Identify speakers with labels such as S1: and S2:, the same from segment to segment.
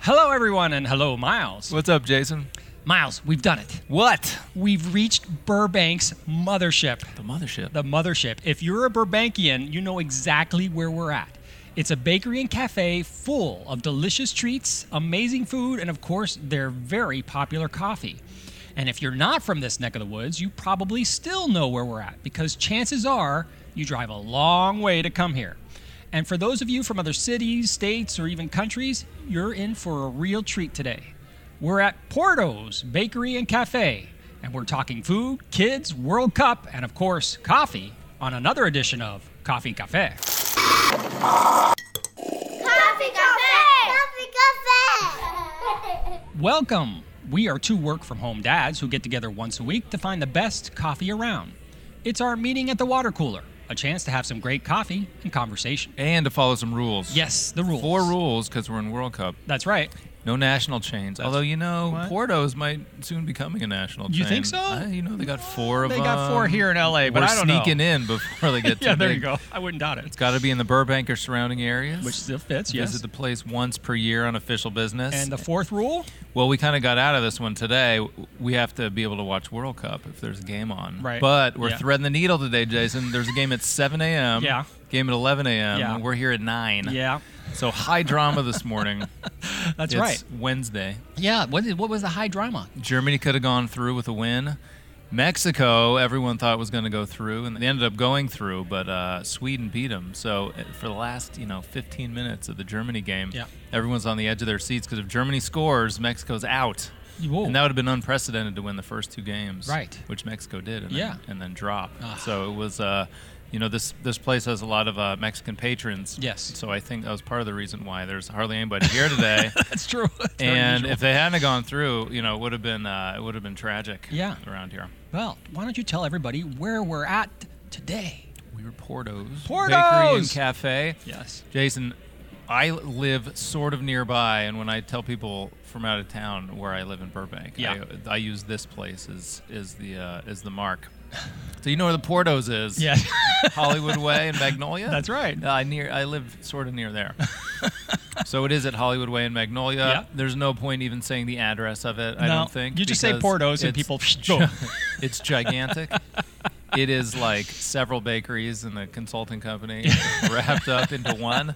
S1: Hello, everyone, and hello, Miles.
S2: What's up, Jason?
S1: Miles, we've done it.
S2: What?
S1: We've reached Burbank's mothership.
S2: The mothership.
S1: The mothership. If you're a Burbankian, you know exactly where we're at. It's a bakery and cafe full of delicious treats, amazing food, and of course, their very popular coffee. And if you're not from this neck of the woods, you probably still know where we're at because chances are you drive a long way to come here. And for those of you from other cities, states, or even countries, you're in for a real treat today. We're at Porto's Bakery and Cafe, and we're talking food, kids, World Cup, and of course, coffee on another edition of Coffee Cafe.
S3: Coffee Cafe! Coffee Cafe!
S1: Welcome! We are two work from home dads who get together once a week to find the best coffee around. It's our meeting at the water cooler, a chance to have some great coffee and conversation.
S2: And to follow some rules.
S1: Yes, the rules.
S2: Four rules because we're in World Cup.
S1: That's right.
S2: No national chains. Although you know, Portos might soon be coming a national chain.
S1: You think so?
S2: Uh, you know, they got four of
S1: They
S2: them.
S1: got four here in LA, but
S2: we're
S1: I don't know.
S2: sneaking in before they get.
S1: Yeah,
S2: too
S1: there you
S2: big.
S1: go. I wouldn't doubt it.
S2: It's got to be in the Burbank or surrounding areas.
S1: Which still fits,
S2: Visit
S1: yes.
S2: the place once per year on official business.
S1: And the fourth rule?
S2: well, we kind of got out of this one today. We have to be able to watch World Cup if there's a game on.
S1: Right.
S2: But we're
S1: Yeah.
S2: threading the needle today, Jason. There's a game at 7 a.m.
S1: Yeah.
S2: Game at 11 a.m.
S1: Yeah.
S2: And we're here at 9.
S1: Yeah,
S2: So high drama this morning.
S1: that's
S2: it's
S1: right.
S2: Wednesday.
S1: Yeah, what, did, what was the high drama?
S2: Germany could have gone through with a win. Mexico, everyone thought was going to go through, and they ended up going through, but uh, Sweden beat them. So uh, for the last, you know, 15 minutes of the Germany game,
S1: Yeah.
S2: everyone's on the edge of their seats because if Germany scores, Mexico's out.
S1: Whoa.
S2: And that would have been unprecedented to win the first two games,
S1: Right.
S2: Which Mexico did, and
S1: Yeah.
S2: then, and then drop.
S1: Ah.
S2: So it was, uh, you know, this this place has a lot of uh, Mexican patrons.
S1: Yes.
S2: So I think that was part of the reason why there's hardly anybody here today.
S1: That's true. That's very
S2: and
S1: unusual.
S2: if they hadn't have gone through, you know, it would have been uh, it would have been tragic.
S1: Yeah.
S2: around here.
S1: well, why don't you tell everybody where we're at today?
S2: We were Portos, bakery and
S1: Portos!
S2: cafe.
S1: Yes.
S2: Jason, I live sort of nearby, and when I tell people from out of town where I live in Burbank,
S1: Yeah.
S2: I, I use this place as is the uh, as the mark. So you know where the Portos is?
S1: Yeah.
S2: Hollywood Way and Magnolia. Uh,
S1: That's right.
S2: I near I live sort of near there. so it is at Hollywood Way and Magnolia.
S1: Yeah.
S2: There's no point even saying the address of it. I
S1: No,
S2: don't think
S1: you just say
S2: because
S1: Portos and
S2: it's
S1: people-
S2: gi- it's gigantic. It is like several bakeries and a consulting company wrapped up into one.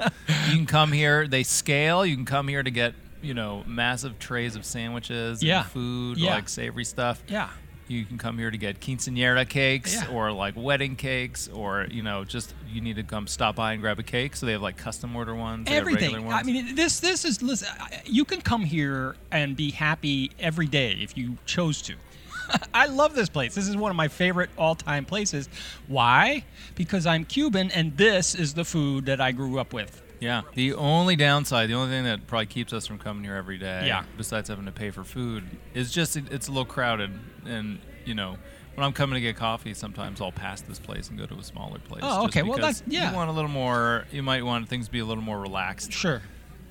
S2: You can come here. They scale. You can come here to get you know massive trays of sandwiches,
S1: Yeah.
S2: and food,
S1: Yeah.
S2: like savory stuff.
S1: Yeah.
S2: You can come here to get quinceanera cakes
S1: Yeah.
S2: or like wedding cakes or you know just you need to come stop by and grab a cake. So they have like custom order ones, they have regular
S1: Everything.
S2: ones.
S1: I mean, this this is listen. I- You can come here and be happy every day if you chose to. I love this place. This is one of my favorite all-time places. Why? Because I'm Cuban, and this is the food that I grew up with.
S2: yeah. The only downside, the only thing that probably keeps us from coming here every day,
S1: Yeah.
S2: besides having to pay for food, is just it, it's a little crowded. And you know, when I'm coming to get coffee, sometimes I'll pass this place and go to a smaller place.
S1: Oh,
S2: just
S1: okay. Well,
S2: because
S1: that's- yeah.
S2: You want a little more. You might want things to be a little more relaxed.
S1: Sure.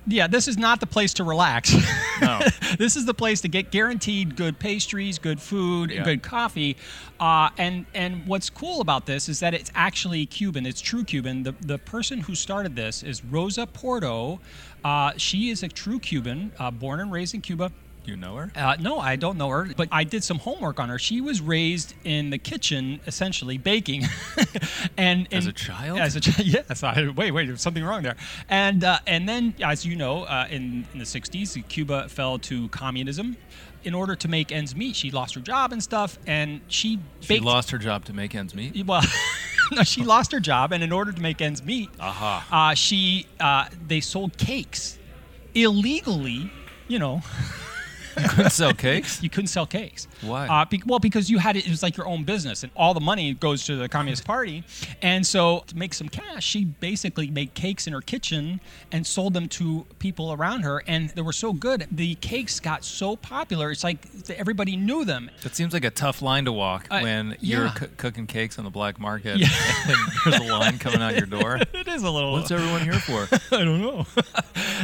S1: Yeah, this is not the place to relax.
S2: No.
S1: this is the place to get guaranteed good pastries, good food,
S2: Yeah.
S1: good coffee. Uh, and and what's cool about this is that it's actually Cuban. It's true Cuban. The the person who started this is Rosa Porto. Uh, she is a true Cuban, uh, born and raised in Cuba.
S2: You know her?
S1: Uh, no, I don't know her, but I did some homework on her. She was raised in the kitchen, essentially baking, and,
S2: As
S1: and-
S2: a child?
S1: As a child, yes. I, wait, wait, there's something wrong there. And uh, and then, as you know, uh, in in the '60s, Cuba fell to communism. In order to make ends meet, she lost her job and stuff, and she
S2: She
S1: baked.
S2: lost her job to make ends meet.
S1: Well, no, she lost her job, and in order to make ends meet,
S2: Aha.
S1: uh, she uh, they sold cakes illegally. You know.
S2: Couldn't sell cakes.
S1: You couldn't sell cakes.
S2: Why?
S1: Uh, be- well, because you had it. It was like your own business, and all the money goes to the Communist Party. And so, to make some cash, she basically made cakes in her kitchen and sold them to people around her. And they were so good, the cakes got so popular. It's like everybody knew them.
S2: That seems like a tough line to walk
S1: Uh,
S2: when you're
S1: yeah.
S2: coo- cooking cakes on the black market
S1: Yeah.
S2: and there's a line coming out your door.
S1: It is a little.
S2: What's everyone here for?
S1: I don't know.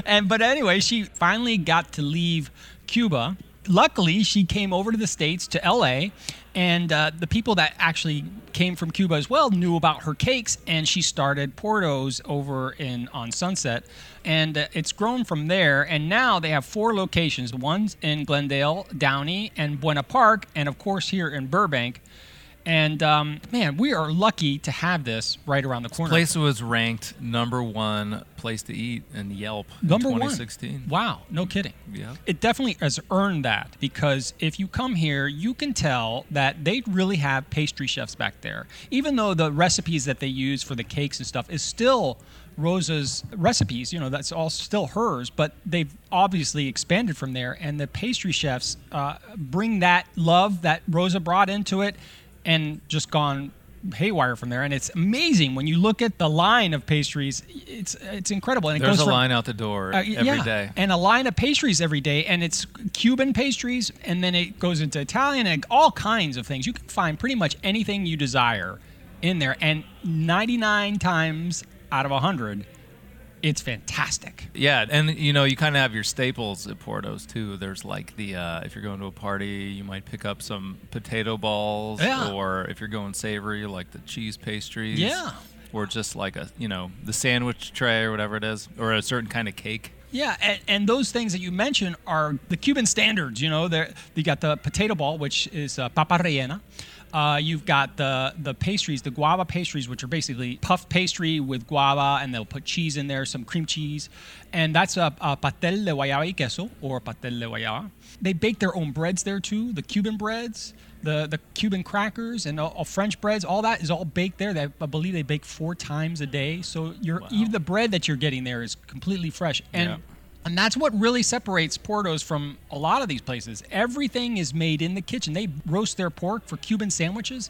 S1: and but anyway, she finally got to leave Cuba. Luckily, she came over to the states to L.A. And uh, the people that actually came from Cuba as well knew about her cakes, and she started Porto's over in on Sunset, and uh, it's grown from there. And now they have four locations: one's in Glendale, Downey, and Buena Park, and of course here in Burbank. And um, man, we are lucky to have this right around the corner.
S2: Place was ranked number one place to eat in Yelp
S1: Number
S2: in
S1: one.
S2: 2016.
S1: Wow, no kidding.
S2: Yeah.
S1: It definitely has earned that because if you come here, you can tell that they really have pastry chefs back there. Even though the recipes that they use for the cakes and stuff is still Rosa's recipes, you know, that's all still hers, but they've obviously expanded from there. And the pastry chefs uh, bring that love that Rosa brought into it and just gone haywire from there and it's amazing when you look at the line of pastries it's it's incredible and it
S2: There's
S1: goes
S2: a
S1: from-
S2: line out the door
S1: uh,
S2: every
S1: y-
S2: day.
S1: yeah. And a line of pastries every day, and it's Cuban pastries, and then it goes into Italian and all kinds of things. You can find pretty much anything you desire in there, and 99 times out of 100, it's fantastic.
S2: Yeah, and you know you kind of have your staples at Portos too. There's like the uh, if you're going to a party, you might pick up some potato balls,
S1: Yeah.
S2: or if you're going savory, like the cheese pastries,
S1: Yeah.
S2: or just like a you know the sandwich tray or whatever it is, or a certain kind of cake.
S1: Yeah, and, and those things that you mentioned are the Cuban standards. You know, There- you got the potato ball, which is uh, papa rellena. Uh, you've got the the pastries, the guava pastries, which are basically puff pastry with guava, and they'll put cheese in there, some cream cheese, and that's a, a pastel de guayaba y queso or pastel de guayaba. They bake their own breads there too, the Cuban breads, the the Cuban crackers, and all, all French breads. All that is all baked there. They, I believe they bake four times a day, so you're even the bread that you're getting there is completely fresh and
S2: Yeah.
S1: and that's what really separates Portos from a lot of these places. Everything is made in the kitchen. They roast their pork for Cuban sandwiches,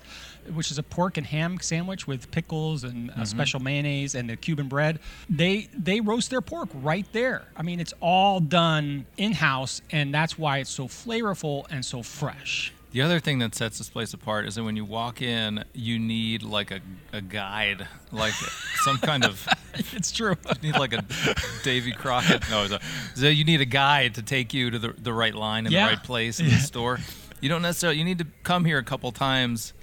S1: which is a pork and ham sandwich with pickles and uh special mayonnaise and the Cuban bread. They they roast their pork right there. I mean, it's all done in house, and that's why it's so flavorful and so fresh.
S2: The other thing that sets this place apart is that when you walk in, you need like a, a guide, like some kind of
S1: It's true.
S2: you need like a Davy Crockett. No, it's a- so you need a guide to take you to the, the right line in
S1: Yeah.
S2: the right place in the store. You don't necessarily. You need to come here a couple times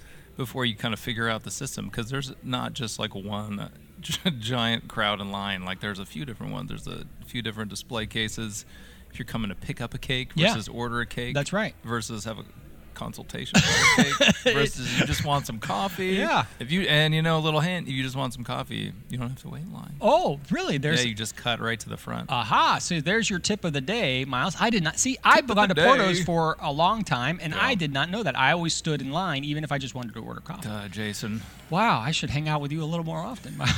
S2: before you kind of figure out the system because there's not just like one giant crowd in line. Like there's a few different ones. There's a few different display cases. If you're coming to pick up a cake
S1: Yeah.
S2: versus order a cake,
S1: That's right.
S2: Versus have a consultation about a cake versus you just want some coffee.
S1: Yeah.
S2: If you and you know a little hint, if you just want some coffee, you don't have to wait in line.
S1: Oh, really? There's Uh,
S2: Yeah, you just cut right to the front.
S1: Aha! So there's your tip of the day, Miles. I did not see. I've gone to
S2: the
S1: Portos
S2: day.
S1: for a long time, and I
S2: Yeah.
S1: did not know that. I always stood in line, even if I just wanted to order coffee.
S2: uh, Jason,
S1: Wow! I should hang out with you a little more often. Miles.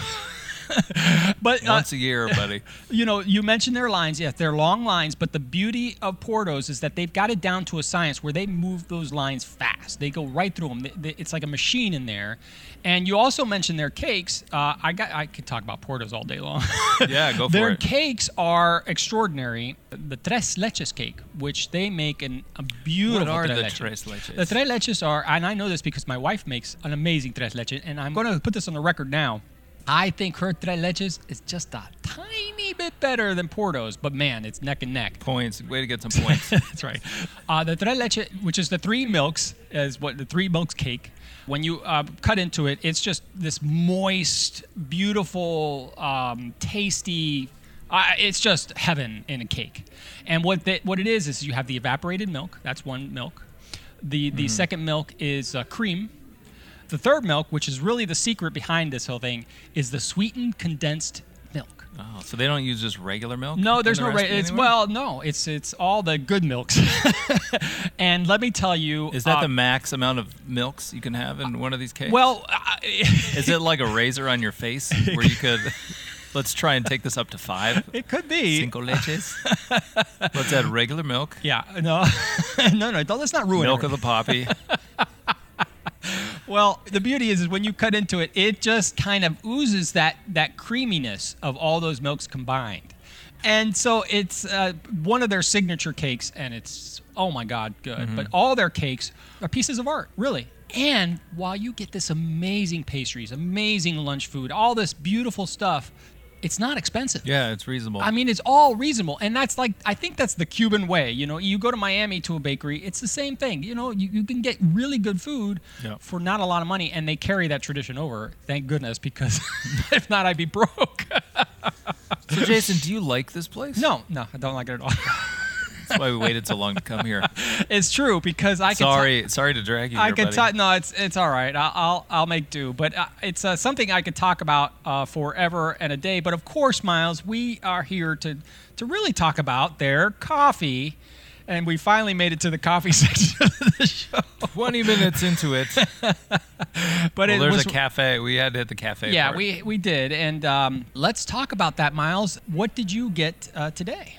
S1: but uh,
S2: once a year, buddy.
S1: you know, you mentioned their lines. Yes, they're long lines, but the beauty of Portos is that they've got it down to a science where they move those lines fast. They go right through them. They- they- It's like a machine in there. And you also mentioned their cakes. Uh, I got. I could talk about Portos all day long.
S2: Yeah, go for
S1: Their
S2: it.
S1: cakes are extraordinary. The tres leches cake, which they make in a beautiful
S2: What are
S1: tres
S2: the
S1: leches.
S2: tres leches?
S1: The tres leches are, and I know this because my wife makes an amazing tres leches, and I'm going to put this on the record now. I think her tres leches is just a tiny bit better than Porto's, but man, it's neck and neck.
S2: points. Way to get some points.
S1: That's right. Uh, the tres leche, which is the three milks, is what the three milks cake. When you uh, cut into it, it's just this moist, beautiful, um, tasty. Uh, it's just heaven in a cake. And what the, what it is is you have the evaporated milk. That's one milk. The the second milk is uh, cream. The third milk, which is really the secret behind this whole thing, is the sweetened condensed milk.
S2: oh, so they don't use just regular milk?
S1: No,
S2: in
S1: there's
S2: the
S1: no. Ra-
S2: recipe
S1: it's
S2: anymore?
S1: well, no. It's it's all the good milks. and let me tell you,
S2: Is that
S1: uh,
S2: the max amount of milks you can have in one of these cakes?
S1: well? I-
S2: is it like a razor on your face where you could? let's try and take this up to five.
S1: it could be.
S2: Cinco leches. let's add regular milk.
S1: Yeah. No. no. No. Don't, let's not ruin
S2: Milk
S1: it.
S2: of the poppy.
S1: Well, the beauty is, is when you cut into it, it just kind of oozes that that creaminess of all those milks combined, and so it's uh, one of their signature cakes, and it's oh my god, good. But all their cakes are pieces of art, really. And while you get this amazing pastries, amazing lunch food, all this beautiful stuff, it's not expensive.
S2: Yeah, it's reasonable.
S1: I mean, it's all reasonable, and that's like I think that's the Cuban way. You know, you go to Miami to a bakery, it's the same thing. You know, you, you can get really good food
S2: Yeah.
S1: for not a lot of money, and they carry that tradition over. Thank goodness, because if not, I'd be broke.
S2: so, Jason, do you like this place?
S1: no, no, I don't like it at all.
S2: That's why we waited so long to come here.
S1: it's true because I can.
S2: sorry, sorry to drag you.
S1: I
S2: here,
S1: could
S2: buddy.
S1: talk. No, it's it's all right. I'll I'll, I'll make do. But uh, it's uh, something I could talk about uh, forever and a day. But of course, Miles, we are here to to really talk about their coffee, and we finally made it to the coffee section of the show.
S2: Twenty minutes into it,
S1: But
S2: well,
S1: it
S2: there's
S1: was
S2: a cafe. We had to hit the cafe.
S1: yeah,
S2: part.
S1: we we did. And um, let's talk about that, Miles. What did you get uh, today?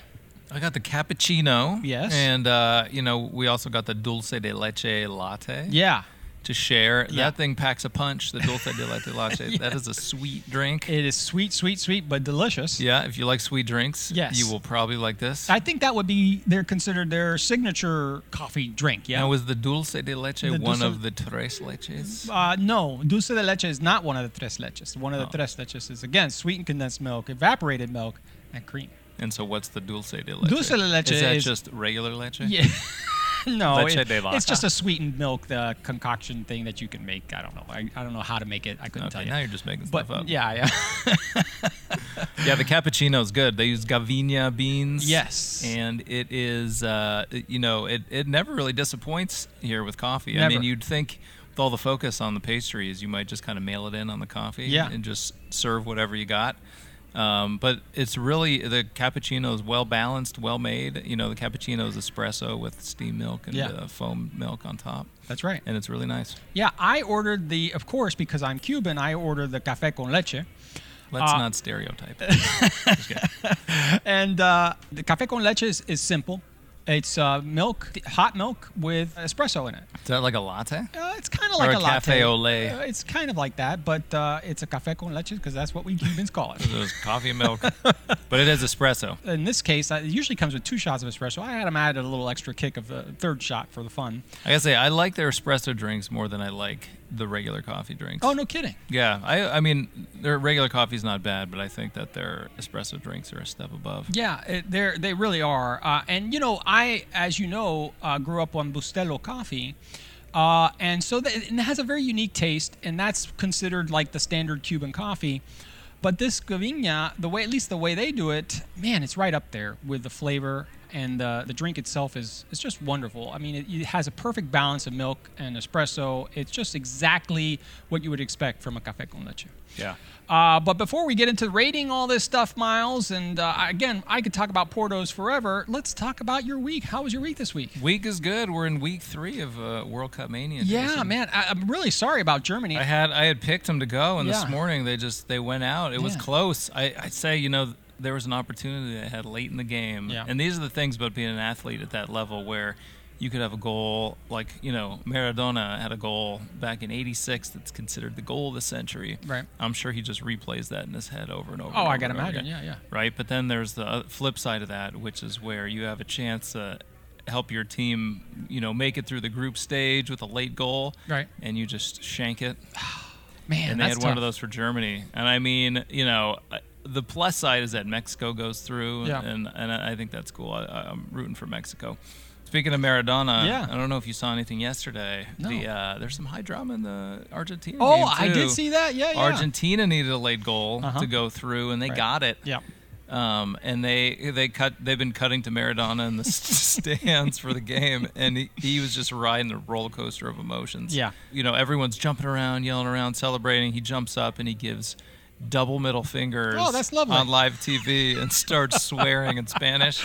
S2: I got the cappuccino.
S1: Yes.
S2: And uh, you know, we also got the dulce de leche latte.
S1: Yeah,
S2: To share.
S1: Yeah.
S2: That thing packs a punch. The dulce de leche latte. That is a sweet drink.
S1: it is sweet, sweet, sweet, but delicious.
S2: yeah. If you like sweet drinks,
S1: Yes.
S2: you will probably like this.
S1: I think that would be they're considered their signature coffee drink. Yeah.
S2: now, was the dulce de leche
S1: The
S2: one
S1: dulce-
S2: of the tres leches?
S1: Uh, no, dulce de leche is not one of the tres leches. One of the
S2: Oh.
S1: tres leches is again sweetened condensed milk, evaporated milk, and cream.
S2: And so, what's the dulce de leche?
S1: Dulce de leche
S2: is that
S1: is-
S2: just regular leche?
S1: Yeah. no,
S2: Leche
S1: it-
S2: de vaca.
S1: it's just a sweetened milk the concoction thing that you can make. I don't know. I, I don't know how to make it. I couldn't tell
S2: Okay,
S1: you.
S2: now you're just making
S1: but
S2: stuff up.
S1: yeah, yeah.
S2: Yeah, the cappuccino's good. They use Gavinia beans.
S1: Yes.
S2: And it is, uh, it- you know, it, it never really disappoints here with coffee. I mean,
S1: Never.
S2: you'd think with all the focus on the pastries, you might just kind of mail it in on the coffee
S1: Yeah.
S2: and just serve whatever you got. Um, but it's really the cappuccino is well balanced, well made. You know, the cappuccino is espresso with steam milk and
S1: Yeah.
S2: uh, foam milk on top,
S1: That's right.
S2: and it's really nice.
S1: Yeah, I ordered the, of course, because I'm Cuban, I ordered the café con leche.
S2: Let's
S1: Uh,
S2: not stereotype. it. Just kidding.
S1: And uh, the café con leche is, is simple. It's uh, milk, hot milk with espresso in it.
S2: Is that like a latte?
S1: Uh, it's kind of
S2: Or
S1: like a,
S2: a
S1: latte.
S2: cafe au lait.
S1: Uh, it's kind of like that, but uh, it's a café con leche because that's what we Cubans call it.
S2: It was coffee and milk, but it is espresso.
S1: In this case, uh, it usually comes with two shots of espresso. I had them added a little extra kick of the third shot for the fun.
S2: I gotta say, I like their espresso drinks more than I like the regular coffee drinks.
S1: Oh, no kidding.
S2: Yeah, I, I mean, their regular coffee's not bad, but I think that their espresso drinks are a step above.
S1: Yeah, it, they're, they really are. Uh, and, you know, I, as you know, uh, grew up on Bustelo coffee. Uh, and so that, and it has a very unique taste, and that's considered like the standard Cuban coffee. But this Gavinia, the way, at least the way they do it, man, it's right up there with the flavor. And uh, the drink itself is, is just wonderful. I mean, it, it has a perfect balance of milk and espresso. It's just exactly what you would expect from a cafe con leche.
S2: Yeah.
S1: Uh, but before we get into rating all this stuff, Miles, and uh, again, I could talk about Portos forever. Let's talk about your week. How was your week this week?
S2: Week is good. We're in week three of uh, World Cup Mania.
S1: Yeah,
S2: Jason.
S1: man, I, I'm really sorry about Germany.
S2: I had I had picked them to go, and
S1: Yeah.
S2: this morning they just they went out. It was
S1: Yeah.
S2: close. I, I say, you know, there was an opportunity they had late in the game,
S1: Yeah.
S2: and these are the things about being an athlete at that level where you could have a goal like you know Maradona had a goal back in '86 that's considered the goal of the century.
S1: Right.
S2: I'm sure he just replays that in his head over and over.
S1: oh,
S2: and
S1: I got
S2: over
S1: to
S2: and over
S1: imagine.
S2: again
S1: Yeah, yeah.
S2: right? But then there's the uh, flip side of that, which is where you have a chance to help your team, you know, make it through the group stage with a late goal,
S1: Right.
S2: And you just shank it.
S1: Man,
S2: And they
S1: that's
S2: had one of
S1: tough.
S2: those for Germany. And I mean, you know, uh, the plus side is that Mexico goes through,
S1: Yeah.
S2: and and I I think that's cool. I, I'm rooting for Mexico. Speaking of Maradona,
S1: Yeah.
S2: I don't know if you saw anything yesterday.
S1: No.
S2: The, uh, there's some high drama in the Argentina.
S1: Oh,
S2: game,
S1: I
S2: too.
S1: did see that. Yeah, yeah.
S2: Argentina needed a late goal
S1: Uh-huh.
S2: to go through, and they
S1: Right.
S2: got it.
S1: Yeah.
S2: Um, and they they cut they've been cutting to Maradona in the s- stands for the game, and he, he was just riding the roller coaster of emotions.
S1: Yeah.
S2: you know everyone's jumping around, yelling around, celebrating. He jumps up and he gives double middle fingers.
S1: Oh, that's lovely.
S2: on live TV and starts swearing in Spanish.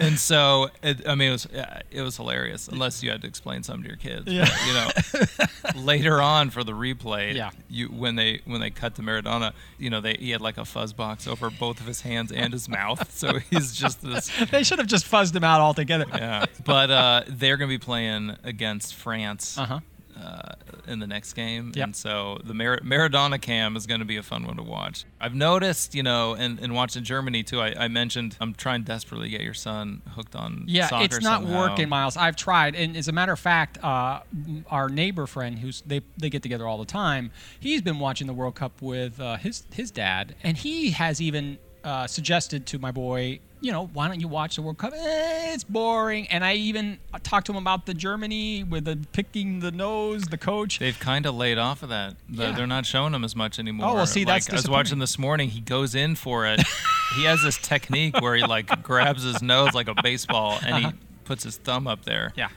S2: And so, it, I mean, it was uh, it was hilarious. Unless you had to explain something to your kids, But,
S1: Yeah.
S2: you know later on for the replay,
S1: Yeah.
S2: you when they when they cut to Maradona, you know, they he had like a fuzz box over both of his hands and his mouth. So he's just this
S1: They should have just fuzzed him out altogether.
S2: yeah. But uh, they're going to be playing against France
S1: Uh-huh.
S2: uh, in the next game.
S1: Yep.
S2: And so the Mar- Maradona cam is going to be a fun one to watch. I've noticed, you know, and, and watching Germany too, I, I mentioned I'm trying desperately to get your son hooked on
S1: Yeah,
S2: soccer
S1: it's not
S2: somehow.
S1: working, Miles. I've tried, and as a matter of fact, uh, m- our neighbor friend, who's they they get together all the time, he's been watching the World Cup with uh, his his dad, and he has even uh, suggested to my boy, you know, why don't you watch the World Cup? Eh, it's boring. And I even talked to him about the Germany with the picking the nose, the coach.
S2: They've kind of laid off of that. The-
S1: Yeah.
S2: They're not showing him as much anymore.
S1: Oh, well, see, that's
S2: like, I was
S1: disappointing.
S2: watching this morning. He goes in for it. he has this technique where he like grabs his nose like a baseball and he puts his thumb up there.
S1: Uh-huh. yeah.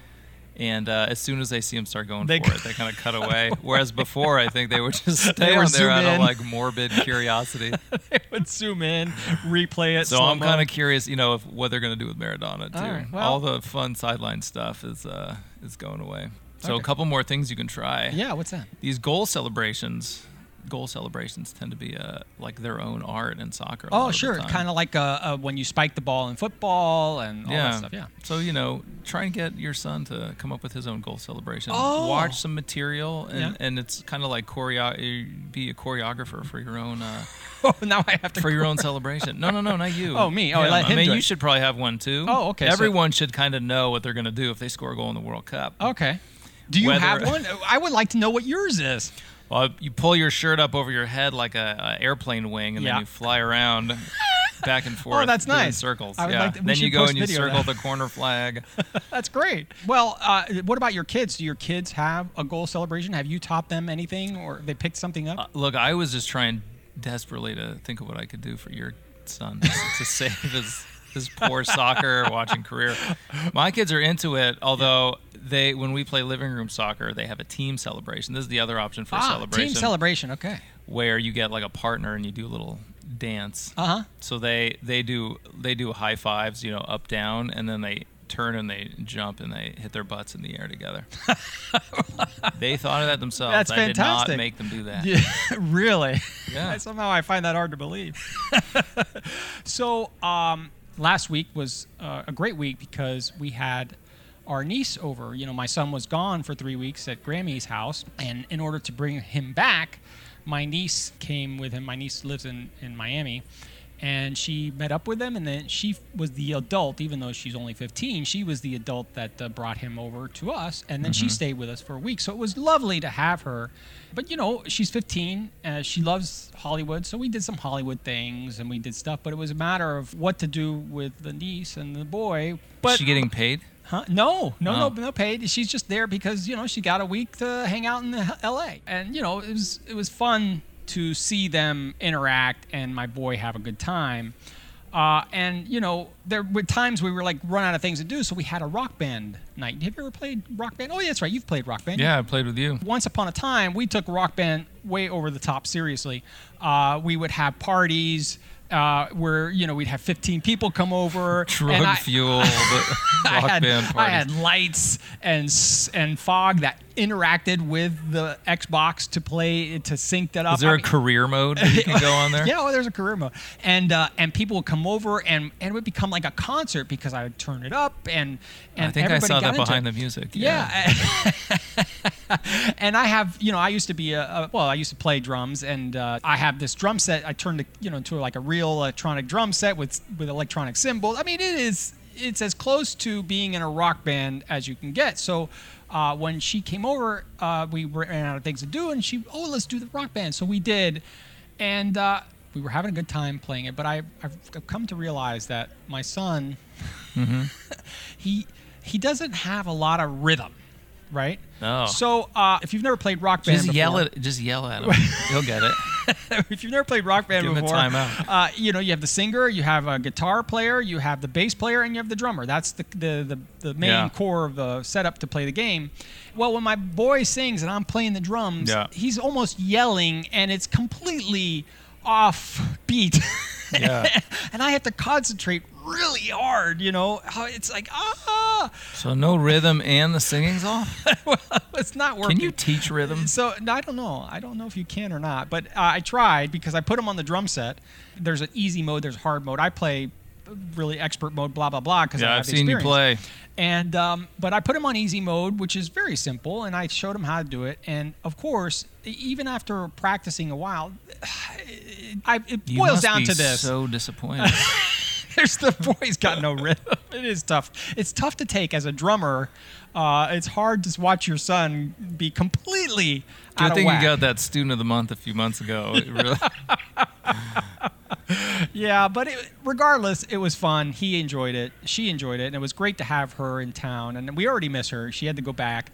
S2: And uh, as soon as they see him start going
S1: They
S2: for it, they kind of cut away. Whereas before, I think they would just stay
S1: were
S2: on there out
S1: zoom in.
S2: of like morbid curiosity.
S1: they would zoom in, replay it.
S2: so I'm
S1: slow-mo.
S2: kind of curious, you know, of what they're going to do with Maradona too.
S1: All
S2: All,
S1: right, well-
S2: the fun sideline stuff is uh, is going away. So
S1: Okay.
S2: a couple more things you can try.
S1: Yeah, what's that?
S2: These goal celebrations, goal celebrations tend to be uh, like their own art in soccer.
S1: Oh, sure. Kind of like uh, uh, when you spike the ball in football and all
S2: yeah.
S1: that stuff. Yeah.
S2: So you know, try and get your son to come up with his own goal celebration.
S1: Oh.
S2: Watch some material, and,
S1: Yeah.
S2: and it's kind of like choreo- you be a choreographer for your own uh,
S1: Oh, now I have to.
S2: for your own celebration. No, no, no, not you.
S1: Oh, me. Oh,
S2: Him.
S1: let him
S2: I mean,
S1: do
S2: you
S1: it.
S2: should probably have one too.
S1: Oh, okay, so-
S2: Everyone should kind of know what they're going to do if they score a goal in the World Cup.
S1: Okay. Do you
S2: Whether-
S1: have one? I would like to know what yours is.
S2: Well, you pull your shirt up over your head like a, a airplane wing, and
S1: Yeah. Oh,
S2: then you fly around back and forth.
S1: that's
S2: doing
S1: nice.
S2: Circles.
S1: I would
S2: yeah.
S1: like to- we
S2: then
S1: should
S2: you go
S1: post
S2: and you
S1: video of
S2: circle
S1: that.
S2: the corner flag.
S1: That's great. Well, uh, what about your kids? Do your kids have a goal celebration? Have you taught them anything, or they picked something up?
S2: Uh, Look, I was just trying desperately to think of what I could do for your son to save his his poor soccer watching career. My kids are into it, although they when we play living room soccer, they have a team celebration. This is the other option for
S1: ah,
S2: celebration,
S1: team celebration. Okay.
S2: where you get like a partner and you do a little dance.
S1: Uh huh.
S2: So they they do they do high fives, you know, up down, and then they turn and they jump and they hit their butts in the air together. they thought of that themselves.
S1: That's
S2: I did not
S1: fantastic.
S2: make them do that.
S1: Yeah, really?
S2: Yeah.
S1: Somehow I find that hard to believe. so um, last week was uh, a great week because we had our niece over. You know, my son was gone for three weeks at Grammy's house, and in order to bring him back, my niece came with him. My niece lives in, in Miami. And she met up with him, and then she was the adult, even though she's only 15. She was the adult that uh, brought him over to us, and then she stayed with us for a week. So it was lovely to have her. But you know, she's 15. Uh, she loves Hollywood, so we did some Hollywood things and we did stuff. But it was a matter of what to do with the niece and the boy.
S2: Is
S1: But
S2: she getting paid?
S1: Huh? No, no, no,
S2: Oh.
S1: no paid. She's just there because you know she got a week to hang out in the L.A. and you know it was it was fun to see them interact and my boy have a good time. Uh, and you know there were times we were like run out of things to do, so we had a rock band night. Have you ever played rock band? Oh, yeah, that's right, you've played rock band.
S2: Yeah, I played with you.
S1: Once upon a time, we took rock band way over the top seriously. Uh, we would have parties. Uh, where you know we'd have 15 people come over and
S2: Drug
S1: I-
S2: fuel, the
S1: I
S2: rock
S1: had,
S2: band
S1: I
S2: party.
S1: had lights and s- and fog that interacted with the Xbox to play to sync that up.
S2: Is there
S1: I
S2: a
S1: mean-
S2: career mode that you can go on there?
S1: yeah, well, there's a career mode, and uh, and people would come over, and and it would become like a concert because I would turn it up, and and
S2: I think I
S1: everybody
S2: saw
S1: got
S2: that
S1: into
S2: behind
S1: it.
S2: the music.
S1: Yeah. and I have, you know, I used to be a, a well, I used to play drums, and uh, I have this drum set. I turned it, you know, into like a real electronic drum set with with electronic cymbals. I mean, it is it's as close to being in a rock band as you can get. So. Uh, when she came over, uh, we ran out of things to do, and she, oh, let's do the rock band. So we did, and uh, we were having a good time playing it. But I, I've I've come to realize that my son, he he doesn't have a lot of rhythm, right?
S2: Oh.
S1: So uh, if you've never played rock band,
S2: Just
S1: before,
S2: yell at just yell at him. He'll get it.
S1: if you've never played rock band
S2: Give him a
S1: before,
S2: timeout.
S1: Uh, you know you have the singer, you have a guitar player, you have the bass player, and you have the drummer. That's the the the, the main
S2: Yeah.
S1: core of the setup to play the game. Well, when my boy sings and I'm playing the drums,
S2: Yeah.
S1: he's almost yelling, and it's completely off beat.
S2: Yeah.
S1: and I have to concentrate really hard. You know, How it's like ah,
S2: So no rhythm and the singing's off.
S1: it's not working.
S2: Can you teach rhythm?
S1: So no, I don't know. I don't know if you can or not, but uh, I tried because I put him on the drum set. There's an easy mode. There's a hard mode. I play really expert mode, blah blah blah. Because
S2: Yeah,
S1: I have
S2: I've seen you
S1: experience.
S2: play.
S1: And um, but I put him on easy mode, which is very simple, and I showed him how to do it. And of course, e- even after practicing a while, it, I, it
S2: You
S1: boils
S2: must
S1: down
S2: be
S1: to this:
S2: So disappointed.
S1: there's the boy's got no rhythm. It is tough. It's tough to take as a drummer. Uh, it's hard to watch your son be completely out
S2: Good
S1: of
S2: thing
S1: whack.
S2: you got that student of the month a few months ago. It really-
S1: Yeah, but it, regardless, it was fun. He enjoyed it. She enjoyed it, and it was great to have her in town. And we already miss her. She had to go back.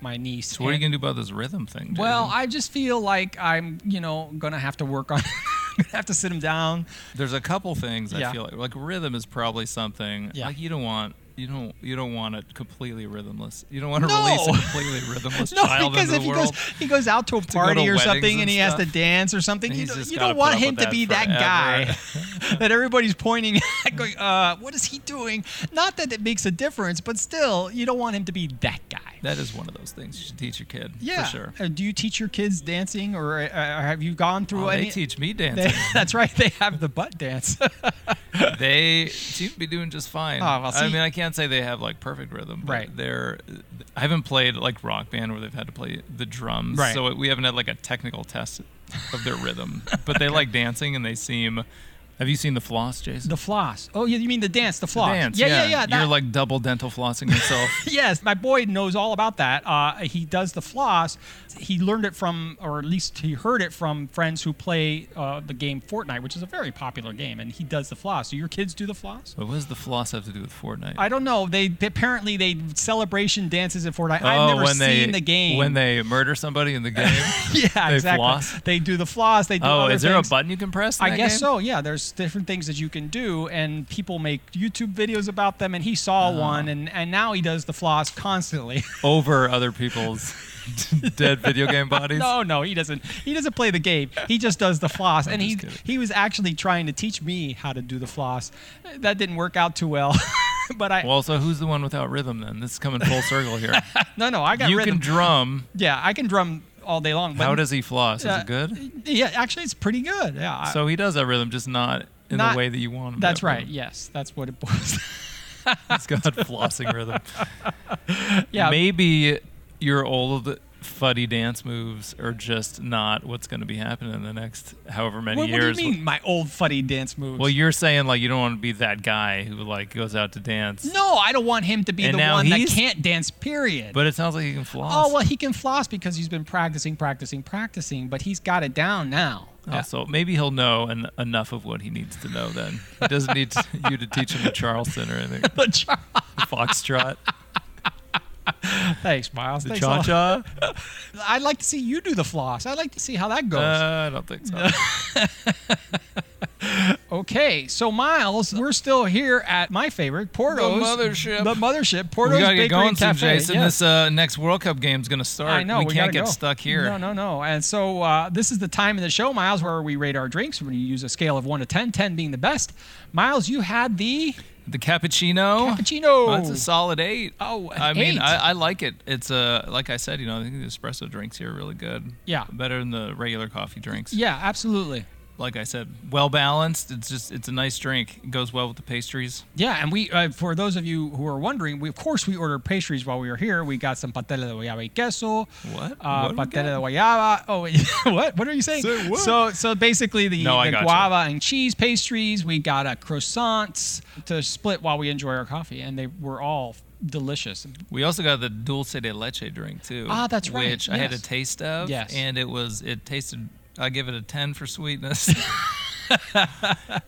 S1: My niece.
S2: what are you
S1: And-
S2: gonna do about this rhythm thing? Jason?
S1: Well, I just feel like I'm, you know, gonna have to work on. gonna have to sit him down.
S2: there's a couple things
S1: Yeah.
S2: I feel like like rhythm is probably something
S1: Yeah.
S2: like you don't want you don't you don't want it completely rhythmless. You don't want to
S1: No.
S2: release a completely rhythmless
S1: No,
S2: child
S1: because
S2: into
S1: if
S2: the
S1: he
S2: world.
S1: goes, he goes out to a party
S2: to
S1: or
S2: weddings
S1: something, and
S2: and
S1: he has to
S2: stuff.
S1: dance or something,
S2: And
S1: you
S2: he's
S1: don't,
S2: just
S1: you
S2: gotta
S1: don't
S2: put
S1: want
S2: up with
S1: him to
S2: that
S1: be that guy that everybody's pointing at, going, uh, "What is he doing?" Not that it makes a difference, but still, you don't want him to be that guy.
S2: that is one of those things you should teach your kid.
S1: Yeah.
S2: for sure.
S1: Uh, do you teach your kids dancing, or uh, have you gone through
S2: Oh,
S1: any?
S2: they teach me
S1: They-
S2: dancing.
S1: that's right. They have the butt dance.
S2: they seem to be doing just fine.
S1: Oh, well,
S2: I
S1: see-
S2: mean, I can't say they have like perfect rhythm, but
S1: Right.
S2: They're. I haven't played like rock band where they've had to play the drums,
S1: Right.
S2: so we haven't had like a technical test of their rhythm. But they like dancing, and they seem. Have you seen the floss, Jason?
S1: the floss. Oh, you you mean the dance? The floss.
S2: dance.
S1: yeah, yeah, yeah.
S2: You're
S1: that-
S2: like double dental flossing yourself.
S1: yes, my boy knows all about that. Uh, he does the floss. He learned it from, or at least he heard it from friends who play uh, the game Fortnite, which is a very popular game, and he does the floss. Do your kids do the floss?
S2: but what does the floss have to do with Fortnite?
S1: I don't know. They apparently they celebration dances in Fortnite. I've never seen the game.
S2: Oh, When they murder somebody in the game.
S1: yeah,
S2: they
S1: exactly.
S2: floss?
S1: They do the floss. They do.
S2: oh,
S1: other
S2: is there
S1: things.
S2: a button you can press? in
S1: I
S2: that
S1: guess
S2: game?
S1: so. Yeah, there's different things that you can do, and people make YouTube videos about them. And he saw
S2: Oh.
S1: one, and and now he does the floss constantly.
S2: Over other people's dead video game bodies.
S1: no, no, he doesn't. He doesn't play the game. He just does the floss, and he
S2: just kidding.
S1: he was actually trying to teach me how to do the floss. That didn't work out too well. But I
S2: Well, so who's the one without rhythm then? This is coming full circle here.
S1: no no I got
S2: you
S1: rhythm.
S2: can drum.
S1: yeah, I can drum all day long. But
S2: How does he floss?
S1: uh,
S2: is it good?
S1: Yeah, actually, it's pretty good. Yeah. I-
S2: So he does have rhythm, just not in
S1: Not-
S2: the way that you want him. to
S1: that's
S2: have
S1: right.
S2: rhythm.
S1: Yes, that's what it was.
S2: He's got flossing rhythm.
S1: yeah.
S2: Maybe your old fuddy dance moves are just not what's going to be happening in the next however many
S1: What, what do you
S2: years.
S1: mean, my old funny dance moves?
S2: Well, you're saying like you don't want to be that guy who like goes out to dance.
S1: No, I don't want him to be
S2: And
S1: the
S2: now
S1: one that
S2: he's-
S1: can't dance, period.
S2: But it sounds like you can floss.
S1: oh, well, he can floss because he's been practicing, practicing, practicing, but he's got it down now.
S2: Oh, so maybe he'll know en- enough of what he needs to know then. He doesn't need to, you to teach him the Charleston or anything.
S1: The cha-
S2: Foxtrot,
S1: Thanks, Miles.
S2: the
S1: Thanks a lot.
S2: cha cha.
S1: I'd like to see you do the floss. I'd like to see how that goes.
S2: Uh, I don't think so.
S1: okay, so Miles, we're still here at my favorite, Porto's.
S2: mothership.
S1: The mothership,
S2: we
S1: Porto's
S2: gotta
S1: Bakery
S2: get going
S1: and
S2: soon,
S1: Cafe.
S2: Jason.
S1: Yes.
S2: This uh, next World Cup game's gonna start.
S1: I know
S2: we,
S1: we
S2: can't
S1: gotta
S2: get
S1: go.
S2: stuck here.
S1: No, no, no. And so uh, this is the time in the show, Miles, where we rate our drinks. We use a scale of one to 10, 10 being the best. Miles, you had the
S2: The cappuccino.
S1: cappuccino.
S2: Oh, that's a solid eight.
S1: Oh, an
S2: I mean,
S1: eight.
S2: I, I like it. It's uh, like I said, you know, I think the espresso drinks here are really good.
S1: Yeah.
S2: better than the regular coffee drinks.
S1: Yeah, absolutely.
S2: like I said, well balanced. It's just it's a nice drink. It goes well with the pastries.
S1: Yeah, and we uh, for those of you who are wondering, we of course we ordered pastries while we were here. We got some patela de guayaba y queso.
S2: What?
S1: Uh,
S2: What we
S1: patela de guayaba. Oh, wait, what? What are you saying?
S2: Say what?
S1: So so basically the,
S2: No, I
S1: the
S2: gotcha.
S1: guava and cheese pastries. We got a croissants to split while we enjoy our coffee, and they were all delicious.
S2: We also got the dulce de leche drink too.
S1: Ah, that's right.
S2: Which I had a
S1: Yes.
S2: taste of.
S1: Yes.
S2: And it was it tasted. I give it a ten for sweetness.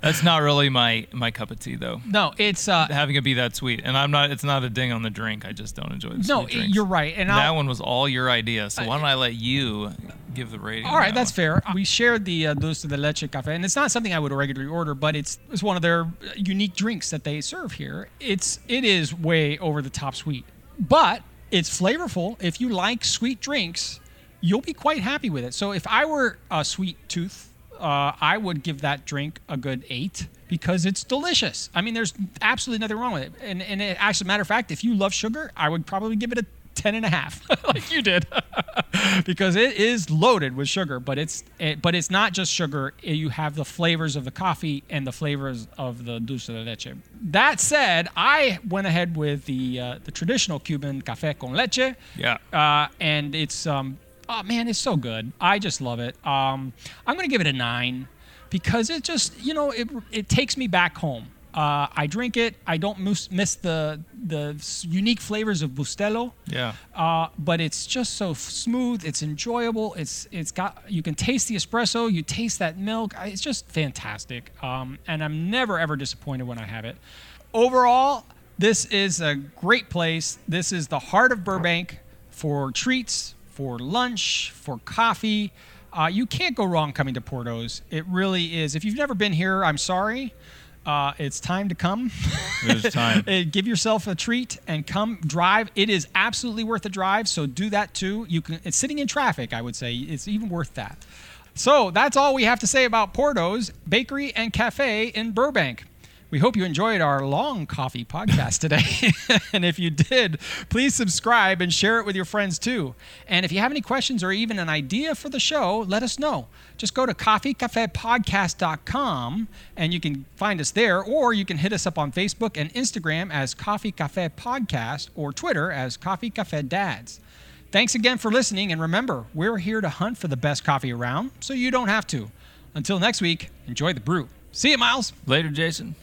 S2: that's not really my my cup of tea though.
S1: No, it's uh,
S2: Having it be that sweet, and I'm not. It's not a ding on the drink. I just don't enjoy the
S1: no,
S2: sweet drinks.
S1: you're right, and
S2: that
S1: I'll,
S2: one was all your idea. So why don't I let you give the rating?
S1: All right, that's fair. We shared the uh, Dulce de Leche Cafe, and it's not something I would regularly order, but it's it's one of their uh, unique drinks that they serve here. It's it is way over the top sweet, but it's flavorful. If you like sweet drinks, you'll be quite happy with it. So if I were a sweet tooth, uh, I would give that drink a good eight because it's delicious. I mean, there's absolutely nothing wrong with it. And and it, as a matter of fact, if you love sugar, I would probably give it a 10 and a half like you did because it is loaded with sugar but it's it, but it's not just sugar Eh, you have the flavors of the coffee and the flavors of the dulce de leche that said i went ahead with the uh, the traditional cuban cafe con leche
S2: Yeah.
S1: uh, and it's um oh man it's so good i just love it um i'm gonna give it a nine because it just you know it it takes me back home uh, I drink it. I don't miss, miss the the s- unique flavors of Bustelo
S2: Yeah.
S1: uh, but it's just so f- smooth. It's enjoyable. It's it's got you can taste the espresso. You taste that milk. I- It's just fantastic. Um, and I'm never ever disappointed when I have it. Overall, this is a great place. This is the heart of Burbank for treats, for lunch, for coffee. Uh, you can't go wrong coming to Porto's. It really is. If you've never been here, I'm sorry. Uh, it's time to come.
S2: There's time.
S1: Uh, give yourself a treat and come drive. It is absolutely worth a drive, so do that too. You can. It's sitting in traffic. I would say it's even worth that. So that's all we have to say about Porto's Bakery and Cafe in Burbank. We hope you enjoyed our long coffee podcast today. and if you did, please subscribe and share it with your friends too. And if you have any questions or even an idea for the show, let us know. Just go to coffeecafepodcast.com and you can find us there, or you can hit us up on Facebook and Instagram as Coffee Cafe Podcast or Twitter as Coffee Cafe Dads. Thanks again for listening, and remember, we're here to hunt for the best coffee around, so you don't have to. Until next week, enjoy the brew. See you, Miles.
S2: Later, Jason.